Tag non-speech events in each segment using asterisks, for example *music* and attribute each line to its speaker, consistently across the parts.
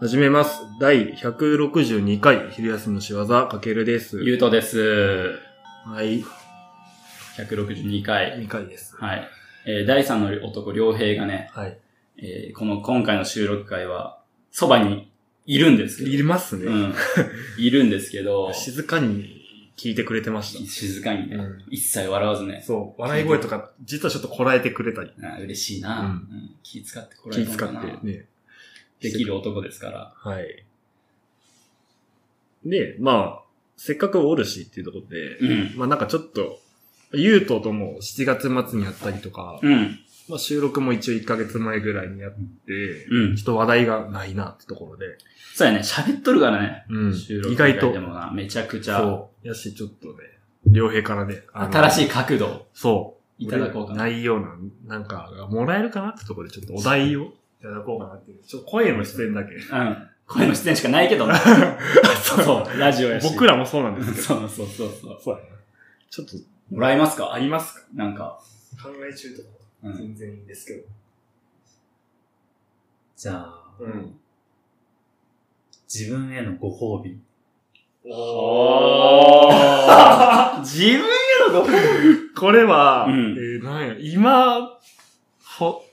Speaker 1: 始めます。第162回、昼休みの仕業、かけるです。
Speaker 2: ゆうとです。
Speaker 1: はい、
Speaker 2: 162回。
Speaker 1: 2回です。
Speaker 2: はい。えー第3の男、良平がね、
Speaker 1: はい。
Speaker 2: えーこの今回の収録会は、そばにいるんですけ
Speaker 1: います
Speaker 2: ど、う
Speaker 1: ね。
Speaker 2: ん。いるん *laughs* です
Speaker 1: *laughs*
Speaker 2: けど、
Speaker 1: 静かに聞いてくれてまし
Speaker 2: 静かに
Speaker 1: た。
Speaker 2: ね、一切笑わずね、
Speaker 1: そう、笑い声とか、実はちょっとこらえてくれたり、
Speaker 2: あ嬉しいな、
Speaker 1: うん
Speaker 2: うん気使ってこら
Speaker 1: 気
Speaker 2: れた
Speaker 1: 使
Speaker 2: の
Speaker 1: っ
Speaker 2: かな
Speaker 1: てね。
Speaker 2: できる男ですから。
Speaker 1: はい。で、まあ、せっかくおるしっていうところで、
Speaker 2: うん。
Speaker 1: まあなんかちょっと、ゆうととも7月末にやったりとか、
Speaker 2: うん。
Speaker 1: まあ収録も一応1ヶ月前ぐらいにやって、
Speaker 2: うん
Speaker 1: ちょ。っと話題がないなってところで、
Speaker 2: そうやね、喋っとるからね。
Speaker 1: うん
Speaker 2: 収録
Speaker 1: 意外と
Speaker 2: 会で、もな、めちゃくちゃ、
Speaker 1: そう。やし、ちょっとね、両平からね、あの
Speaker 2: 新しい角度を
Speaker 1: そう。
Speaker 2: いただこうかな。
Speaker 1: 内容な、なんか、もらえるかなってところで、ちょっとお題をいただこうかなっていう。ちょっと声の出演だけ。
Speaker 2: うん。声の出演しかないけ
Speaker 1: *laughs*
Speaker 2: どな *laughs* そう、ラジオやし。
Speaker 1: 僕らもそうなんですけど。
Speaker 2: そうそうそうそう。
Speaker 1: そうやね。ちょっと、
Speaker 2: もらえますか
Speaker 1: ありますか
Speaker 2: なんか、
Speaker 1: 考え中とか、
Speaker 2: うん。
Speaker 1: 然いいんですけど。
Speaker 3: じゃあ、
Speaker 1: うん。
Speaker 3: 自分へのご褒美。
Speaker 1: おー
Speaker 2: *laughs* 自分へのご褒
Speaker 1: *laughs* これは、
Speaker 2: うん
Speaker 1: えーなんや、今、ほ、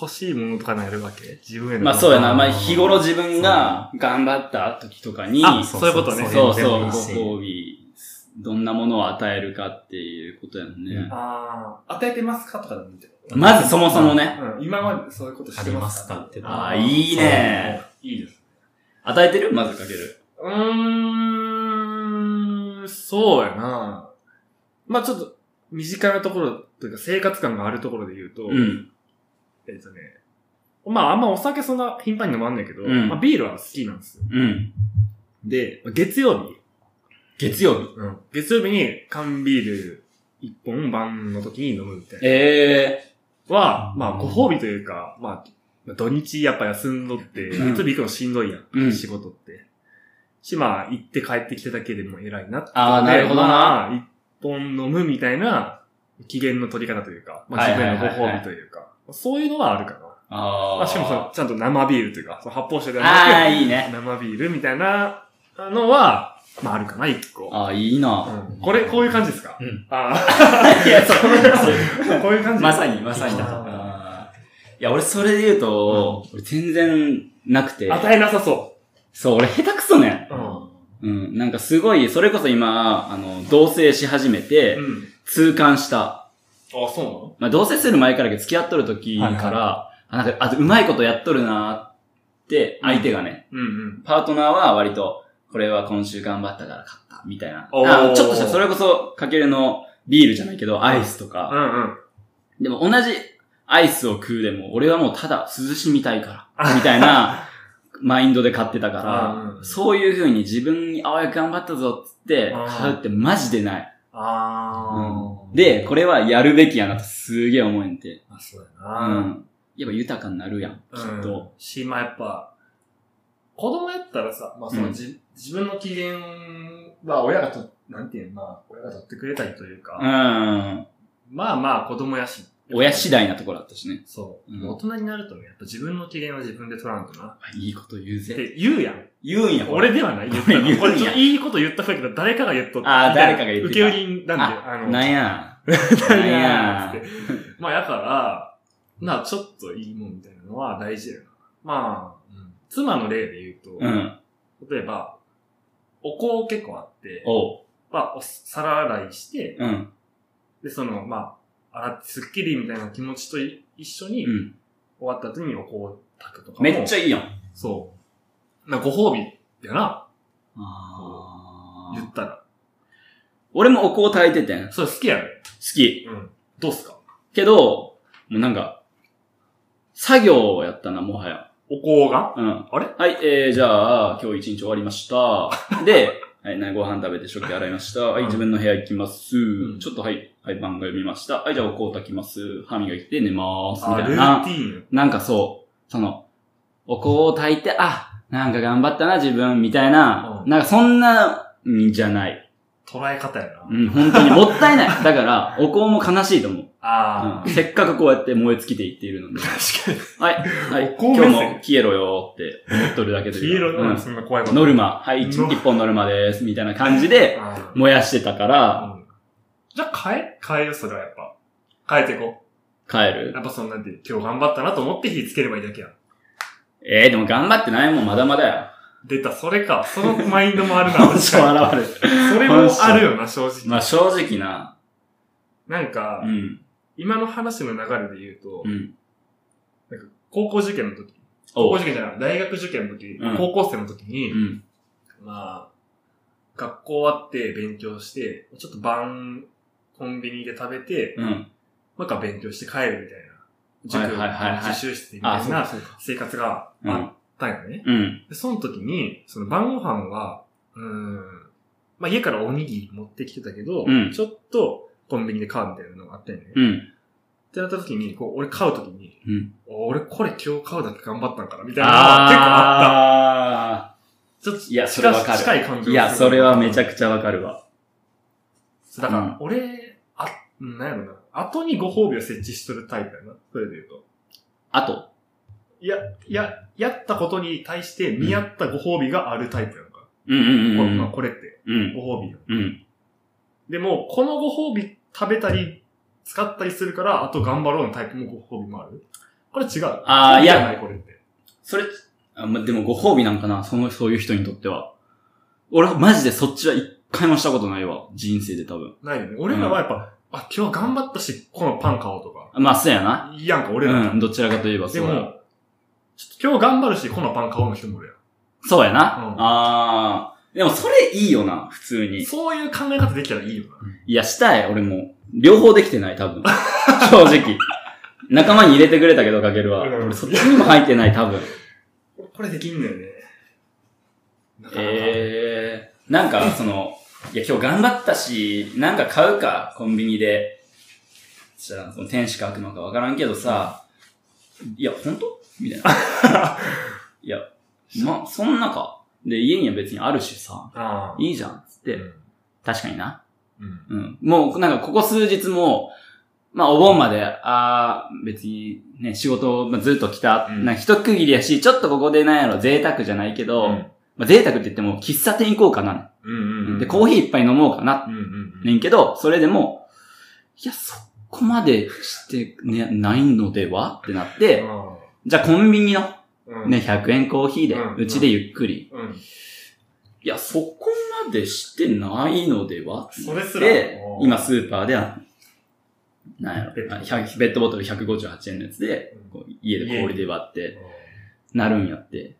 Speaker 1: 欲しいものとかなるわけ自分への。
Speaker 2: まあそうやな。まあ日頃自分が頑張った時とかに、
Speaker 1: あ
Speaker 2: そ
Speaker 1: そういうことね
Speaker 2: うそう、
Speaker 1: 全部
Speaker 2: ご褒美、どんなものを与えるかっていうことやもんね。
Speaker 1: ああ、与えてますかとかでもいいけど
Speaker 2: まずそもそもね、
Speaker 1: うん、今までそういうことし
Speaker 3: あ
Speaker 1: て
Speaker 3: りま
Speaker 1: ますす
Speaker 3: か
Speaker 1: か
Speaker 3: って
Speaker 2: あーいいね
Speaker 1: そういいです。
Speaker 2: 与えてるまずかける。
Speaker 1: うーん、そうやなまあちょっと、身近なところというか生活感があるところで言うと、
Speaker 2: うん。
Speaker 1: えっ、とね、まああんまお酒そんな頻繁に飲まんねんけど、
Speaker 2: うん
Speaker 1: まあビールは好きなんですよ。
Speaker 2: うん。
Speaker 1: で、まあ月曜日、
Speaker 2: 月曜日。
Speaker 1: うん、月曜日に缶ビール一本晩の時に飲むみたいな。
Speaker 2: え
Speaker 1: は、まあ、ご褒美というか、まあ、まあ土日やっぱ休んどって、
Speaker 2: うん
Speaker 1: 月曜日行くのしんどいやん、
Speaker 2: うん
Speaker 1: 仕事って。し、まあ、行って帰ってきただけでも偉いなってことで。
Speaker 2: あーなるほどな
Speaker 1: まあ、一本飲むみたいな、機嫌の取り方というか、まあ、
Speaker 2: はい
Speaker 1: 自
Speaker 2: はい
Speaker 1: 分
Speaker 2: は
Speaker 1: の
Speaker 2: い
Speaker 1: ご褒美というか、そういうのはあるかな。
Speaker 2: ー。あ
Speaker 1: ま
Speaker 2: あ。
Speaker 1: あ、しかもその、ちゃんと生ビールというか、その発泡酒で
Speaker 2: ああ、いい
Speaker 1: く
Speaker 2: ね。
Speaker 1: 生ビールみたいなのは、まあ、あるかな、一個。
Speaker 2: ああ、いいな。
Speaker 1: うんこれ、こういう感じですか
Speaker 3: うん。
Speaker 1: *laughs* あ
Speaker 2: いや、そう。
Speaker 1: あ、こう *laughs* いう感じ
Speaker 2: まさに、まさに。あー *laughs* いや、俺それで言うと、俺全然なくて。
Speaker 1: 与えなさそ
Speaker 2: そう、俺下手くそね。
Speaker 1: う。うん。
Speaker 2: うん。なんかすごい、それこそ今、あの、同棲し始めて、
Speaker 1: うん。
Speaker 2: 痛感した。
Speaker 1: あ、そうなの
Speaker 2: まあ、同棲する前からやけど付き合っとる時から、
Speaker 1: はいは
Speaker 2: あ、なんか、あと、うまいことやっとるなーって、相手がね、
Speaker 1: うんうん。
Speaker 2: パートナーは割と、これは今週頑張ったから買った、みたいな。
Speaker 1: おー
Speaker 2: あちょっとした、それこそ、かけるのビールじゃないけど、アイスと
Speaker 1: う
Speaker 2: か。
Speaker 1: んうん。
Speaker 2: でも同じアイスを食うでも、俺はもうただ涼しみたいから、みた
Speaker 1: *laughs*
Speaker 2: いな、マインドで買ってたから、
Speaker 1: うん
Speaker 2: そういう風に自分にあわよく頑張ったぞっつって
Speaker 1: うん、
Speaker 2: 買うってマジでない。
Speaker 1: あー。
Speaker 2: で、これはやるべきやなとすげえ思えんて。
Speaker 1: あ、そうや
Speaker 2: う
Speaker 1: な。
Speaker 2: ん。やっぱ豊かになるやん、きっ
Speaker 1: うん
Speaker 2: と。。
Speaker 1: し、まあやっぱ、子供やったらさ、まあその
Speaker 2: うん
Speaker 1: じ、自分の機嫌は親がと、なんていうの、まあ親が取ってくれたりという
Speaker 2: う
Speaker 1: か、
Speaker 2: ん。
Speaker 1: まあまあ子供やし。
Speaker 2: 親次。第なところだったしね。
Speaker 1: そうう。
Speaker 2: ん
Speaker 1: 大人になるとね、やっぱ自分の機嫌は自分で取らんとな。
Speaker 2: いいこと言う
Speaker 1: っ
Speaker 2: ぜ。
Speaker 1: て言うやん。
Speaker 2: 言うんや、これ
Speaker 1: 俺ではない言っ
Speaker 2: こ
Speaker 1: た
Speaker 2: れ
Speaker 1: の。
Speaker 2: *laughs* 言うんや
Speaker 1: これちょっといいこと言ったふうやけど、誰かが言っとった。
Speaker 2: あー誰かが言ってた
Speaker 1: 受け売りなんで、あの、
Speaker 2: なんや。
Speaker 1: なん
Speaker 2: なんや
Speaker 1: やつって。まあ、やから、まあ、ちょっといいもんみたいなのは大事やな。まあ、うん妻の例で言うと、
Speaker 2: うん。
Speaker 1: 例えば、お香結構あって、
Speaker 2: おう。
Speaker 1: まあ、お皿洗いして、
Speaker 2: うん。
Speaker 1: で、その、まあ、洗ってすっきりみたいな気持ちとい一緒に、
Speaker 2: うん。
Speaker 1: 終わった後にお香を炊くとかも。
Speaker 2: めっちゃ
Speaker 1: ゃ
Speaker 2: いいやん。
Speaker 1: そう。な、ご褒美やな、
Speaker 2: あ
Speaker 1: 言
Speaker 2: ー
Speaker 1: ったら。
Speaker 2: 俺もお香炊いててん。好
Speaker 1: それ好きやね。
Speaker 2: き。
Speaker 1: うん。どうっすか
Speaker 2: けど、もうなんか、作業やったな、もはや。
Speaker 1: お香が
Speaker 2: うん。
Speaker 1: あれ
Speaker 2: はい、えー、じゃあ、今日一日終わり
Speaker 1: *laughs*
Speaker 2: ました。で、はい、なご飯食べて食器洗いました。はい、自分の部屋行きます。
Speaker 1: ん
Speaker 2: ちょっとはい、はい、漫画読みました。はい、じゃあ、お香炊きます。歯磨いて寝まーす。み
Speaker 1: あ、
Speaker 2: たい
Speaker 1: ルー
Speaker 2: な
Speaker 1: テ。ィーン。
Speaker 2: なんかそう、その、お香を炊いて、あ、なんか頑張ったな、自分、みたいな。
Speaker 1: うん
Speaker 2: なんかそんな、んじゃない。
Speaker 1: 捉え方やな。
Speaker 2: うん、本当にもった
Speaker 1: *laughs*
Speaker 2: いない。だから、お香も悲しいと思う。
Speaker 1: ああ、
Speaker 2: うんせっかくこうやって燃え尽きていっているので。
Speaker 1: *laughs* 確か
Speaker 2: はい。は
Speaker 1: お
Speaker 2: い。
Speaker 1: 香目
Speaker 2: 今
Speaker 1: 線
Speaker 2: 日も消えろよって思っとるだけで。
Speaker 1: に。消えろ
Speaker 2: う
Speaker 1: な、
Speaker 2: ん
Speaker 1: そんな怖いこと。
Speaker 2: ノルマ。はい、一
Speaker 1: ノ
Speaker 2: 一本ノルマです。みたいな感じで
Speaker 1: あ
Speaker 2: 燃やしてた
Speaker 1: あ
Speaker 2: から、
Speaker 1: うんじゃあ変え、変えよ、それはやっぱ。変えていこ
Speaker 2: 帰
Speaker 1: う。
Speaker 2: る
Speaker 1: や。っぱそんなんで、今日頑張ったなと思って火つければいいだけやん。
Speaker 2: えー、でも頑張ってないもん、まだまだや。
Speaker 1: 出た、それか。そのマインドもあるな、
Speaker 2: *laughs* 本
Speaker 1: 確
Speaker 2: 性
Speaker 1: か
Speaker 2: 現れる。
Speaker 1: に。それもあるよな、正直。
Speaker 2: まあ正直な。
Speaker 1: なんか
Speaker 2: う、ん。
Speaker 1: 今の話の流れで言うと
Speaker 2: う、ん。
Speaker 1: 高校受験の時、高
Speaker 2: お
Speaker 1: 校
Speaker 2: う。
Speaker 1: 受験じゃない、大学受験の時
Speaker 2: うん、
Speaker 1: 高校生の時に
Speaker 2: う、ん。
Speaker 1: まあ、学校終わって勉強して、ちょっと晩、コンビニで食べて、
Speaker 2: うん。
Speaker 1: なんか勉強して帰るみたいな。塾、
Speaker 2: はいはいはいはい
Speaker 1: 自習室みた
Speaker 2: あ、
Speaker 1: い
Speaker 2: そうか
Speaker 1: な
Speaker 2: そうか。
Speaker 1: 生活が
Speaker 2: う
Speaker 1: あ
Speaker 2: ん
Speaker 1: っ。たんよね。
Speaker 2: うん。
Speaker 1: で、その時に、その晩ご飯は、うーん、まあ家からおにぎり持ってきてたけど、
Speaker 2: うん
Speaker 1: ちょっとコンビニで買うみたいなのがあったんよね。
Speaker 2: う
Speaker 1: っ
Speaker 2: ん。
Speaker 1: てなった時に、こう、俺買う時に、
Speaker 2: うん
Speaker 1: お俺これ今日買うだけ頑張ったんかなみたいなのが結構あっ
Speaker 2: あ
Speaker 1: た。ちょっと
Speaker 2: いやそれわかる
Speaker 1: 近い感
Speaker 2: ー
Speaker 1: 情
Speaker 2: いや、それはめちゃ
Speaker 1: く
Speaker 2: くちゃわかるわ。
Speaker 1: ちゃ。だか
Speaker 2: うん
Speaker 1: ら、俺、あ、なんやろな。後にご褒美を設置しとるタイプやな。それで言うと。
Speaker 2: あと、
Speaker 1: いや、いや、やったことに対して見合ったご褒美があるタイプやんか。
Speaker 2: うんうんう
Speaker 1: こ
Speaker 2: ん
Speaker 1: れ
Speaker 2: う
Speaker 1: まあ
Speaker 2: ん。
Speaker 1: これって、
Speaker 2: うん。
Speaker 1: ご褒美よ。
Speaker 2: うん。
Speaker 1: でも、このご褒美食べたり、使ったりするから、あと頑張ろうのタイプもご褒美もあるこれ違う。
Speaker 2: あー
Speaker 1: そうじゃない、これって。
Speaker 2: それ、あま、でもご褒美なんかな、その、そういう人にとっては。俺はマジでそっちは一回もしたことないわ。人生で多分。
Speaker 1: ないよね。俺らはやっぱ、あ、今日頑張ったし、このパン買おうとか。
Speaker 2: まあ、そうやな。
Speaker 1: いいやんか、俺ら。
Speaker 2: うん。どちらかといえば
Speaker 1: で
Speaker 2: そうや。
Speaker 1: も、ちょっと今日頑張るし、このパン買おうの人もいるや
Speaker 2: そうやな。
Speaker 1: うん
Speaker 2: あー。でもそれいいよな、普通に
Speaker 1: ん。。そういう考え方できたらいいよ
Speaker 2: いや、したい、俺も。両方できてない、多
Speaker 1: *laughs*
Speaker 2: 分。正直。仲間に入れてくれたけど、かけるは。
Speaker 1: うん
Speaker 2: 俺、そっちにも入ってな
Speaker 1: *laughs*
Speaker 2: い、多分。
Speaker 1: な。これできんだよね。なかなか
Speaker 2: えー、なんか、その、いや、今日頑張ったし、なんか買うか、コンビニで。そしたら、その天使か悪魔かわからんけどさ、いや、本当みたいな。
Speaker 1: *laughs*
Speaker 2: いや、まあ、そんなか。で、家には別にあるしさ、
Speaker 1: *laughs* ああ。
Speaker 2: いいじゃん、つって。確かにな。
Speaker 1: うん。
Speaker 2: うん。もう、なんか、ここ数日も、まあ、お盆まで、ああ、別に、ね、仕事、まあ、ずっと来た、
Speaker 1: うん
Speaker 2: なんか一区切りやし、ちょっとここでなんやろ、贅沢じゃないけど、
Speaker 1: うん
Speaker 2: まあ、贅沢って言っても、喫茶店行こうかな。
Speaker 1: うんうん。
Speaker 2: で、コーヒーいっぱい飲もうかな、
Speaker 1: うんうんうん。
Speaker 2: ねんけど、それでも、いや、そこまでして、ね、ないのではってなって、じゃあコンビニの、
Speaker 1: うん。
Speaker 2: ね、100円コーヒーで
Speaker 1: うん、
Speaker 2: うちでゆっくり。
Speaker 1: うん。
Speaker 2: いや、そこまでしてないのでは
Speaker 1: それすら
Speaker 2: で
Speaker 1: も、う
Speaker 2: 今スーパーでは、なんやろ
Speaker 1: ペット、
Speaker 2: あ100ベッドボトル158円のやつで、
Speaker 1: うん
Speaker 2: こう家で氷で割って、なるんやって。
Speaker 1: うん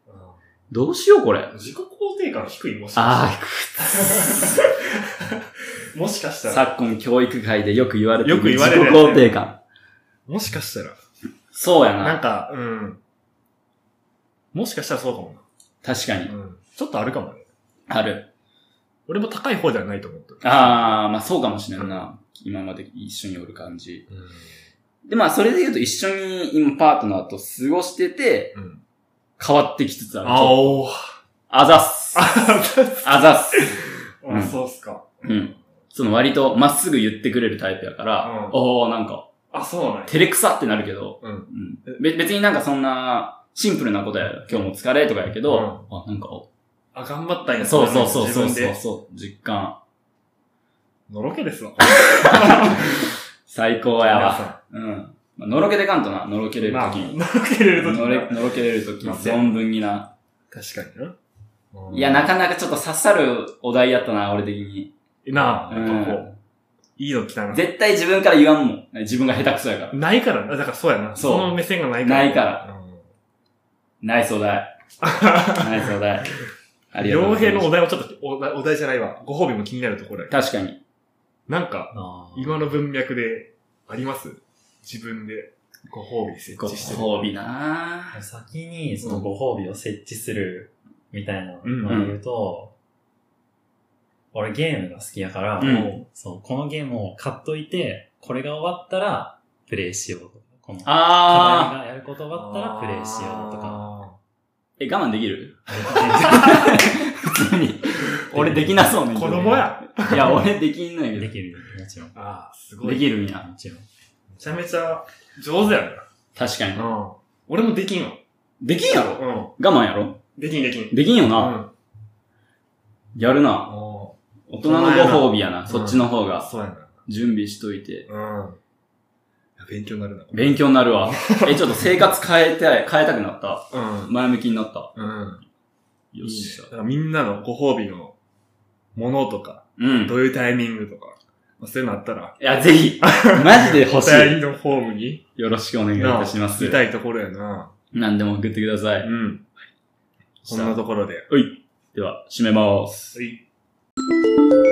Speaker 2: どうしようこれ。あ
Speaker 1: 自己肯定感低いもしか
Speaker 2: あ
Speaker 1: して。もしかし
Speaker 2: ー、
Speaker 1: たら。
Speaker 2: 昨今教育界でよく言われて
Speaker 1: よく言われるや
Speaker 2: 自
Speaker 1: つ
Speaker 2: 己肯定感。
Speaker 1: もしかしたら。
Speaker 2: そうや
Speaker 1: なん
Speaker 2: な。
Speaker 1: か、うん。もしかしたらそうかも
Speaker 2: 確かに
Speaker 1: な。。うん。ちょっとあるかもね。
Speaker 2: ある。
Speaker 1: 俺も高い方ではないと思ってる。
Speaker 2: ああ、まあそうかもしれんな。今まで一緒におる感じ。で、まあそれで言うと一緒に今パートナーと過ごしてて、
Speaker 1: うん。うん。
Speaker 2: 変わってきつつある。
Speaker 1: あおー。
Speaker 2: あざっ
Speaker 1: *laughs*
Speaker 2: す。あざっす。うん
Speaker 1: あ、そうっすか。
Speaker 2: うん。その割とまっすぐ言ってくれるタイプやから、
Speaker 1: うん
Speaker 2: おーなんか、
Speaker 1: あ、そうなんや。
Speaker 2: 照れくさってなるけど、
Speaker 1: うん
Speaker 2: べ別になんかそんなシンプルなことやよ今日も疲れとかやけど、あ、なんか、お
Speaker 1: あ、頑張ったんや。
Speaker 2: そうそうそうそう
Speaker 1: 自分
Speaker 2: そう
Speaker 1: で
Speaker 2: そう、実感。
Speaker 1: のろけですわ。
Speaker 2: 最高や
Speaker 1: 皆
Speaker 2: わ。
Speaker 1: さ
Speaker 2: うん。まあのろけてかんとな、のろけれ
Speaker 1: ん
Speaker 2: る
Speaker 1: ま
Speaker 2: と
Speaker 1: あ、
Speaker 2: きに。
Speaker 1: のろけれるとき
Speaker 2: のれのろけれるときに、存分にな。
Speaker 1: 確かにな。うん
Speaker 2: いや、なかなかちょっと刺さるお題やったな、俺的に。
Speaker 1: なあ、
Speaker 2: う
Speaker 1: やっぱこう、
Speaker 2: ん。
Speaker 1: いいの来たな。
Speaker 2: 絶対自分から言わんもん。自分が下手くそや
Speaker 1: *laughs*
Speaker 2: から。
Speaker 1: ないからな。だからそうやな。
Speaker 2: そ
Speaker 1: そ
Speaker 2: う
Speaker 1: の目線がないから。
Speaker 2: ないから
Speaker 1: うん。
Speaker 2: ナイスお題。ナイスお題。ありがと
Speaker 1: 傭
Speaker 2: うござ
Speaker 1: 兵
Speaker 2: いま
Speaker 1: の
Speaker 2: す
Speaker 1: お。題もちょっとお、お題じゃないわ。ご褒美も気になるところやけど
Speaker 2: 確かに。
Speaker 1: なんか、今の文脈であります自分でご褒美設
Speaker 2: ご
Speaker 1: 置してる。
Speaker 2: 褒美なぁ。
Speaker 3: 先にそのご褒美を設置するみたいな
Speaker 1: うん
Speaker 3: のを言うと、俺ゲームが好きやから、
Speaker 2: うん
Speaker 3: そう、このゲームを買っといて、これが終わったらプレイしようとか、この課
Speaker 2: あー。
Speaker 3: 題がやること終わったらプレイしようと
Speaker 1: *laughs*
Speaker 3: か。
Speaker 1: か。
Speaker 2: え、我慢できる普通に。俺できなそうね。
Speaker 1: 子供や。
Speaker 2: いや、俺できんのや
Speaker 3: で
Speaker 2: け
Speaker 3: きる、もちろん。も
Speaker 1: ああ、す
Speaker 2: ど。
Speaker 1: ごい。
Speaker 2: できるんや。
Speaker 3: ちろん。
Speaker 1: めちゃめちゃ上手や
Speaker 2: 確かに。
Speaker 1: な。うん。俺もできんわ。
Speaker 2: できんやろ
Speaker 1: う
Speaker 2: 我慢やろ
Speaker 1: ん。できんできん。
Speaker 2: できんよな。
Speaker 1: あ。
Speaker 2: やる
Speaker 1: う
Speaker 2: な。
Speaker 1: ん。
Speaker 2: 大人のご褒美やな。そっちの方
Speaker 1: あ、
Speaker 2: が。
Speaker 1: そうやな。
Speaker 2: 準備しといて。
Speaker 1: うん。勉強になるな。
Speaker 2: 勉強にな
Speaker 1: *laughs*
Speaker 2: るわ。え、ちょっと生活変えたい、変えたくなった。
Speaker 1: うん。
Speaker 2: 前向きになった。
Speaker 1: うん。
Speaker 2: よっしゃ
Speaker 1: だ。からみんなのご褒美のものとか、
Speaker 2: うん。
Speaker 1: どういうタイミングとか、まあそういうのあったら、
Speaker 2: いや、ぜ
Speaker 1: *laughs*
Speaker 2: ひ、マジで欲し
Speaker 1: お便
Speaker 2: い。
Speaker 1: りのホームに、
Speaker 2: よろしくお願いいたします
Speaker 1: 見。たいところやな。
Speaker 2: 何でも送ってください。
Speaker 1: うん。こんなところで。
Speaker 2: では、締めます。
Speaker 1: はい。
Speaker 2: 「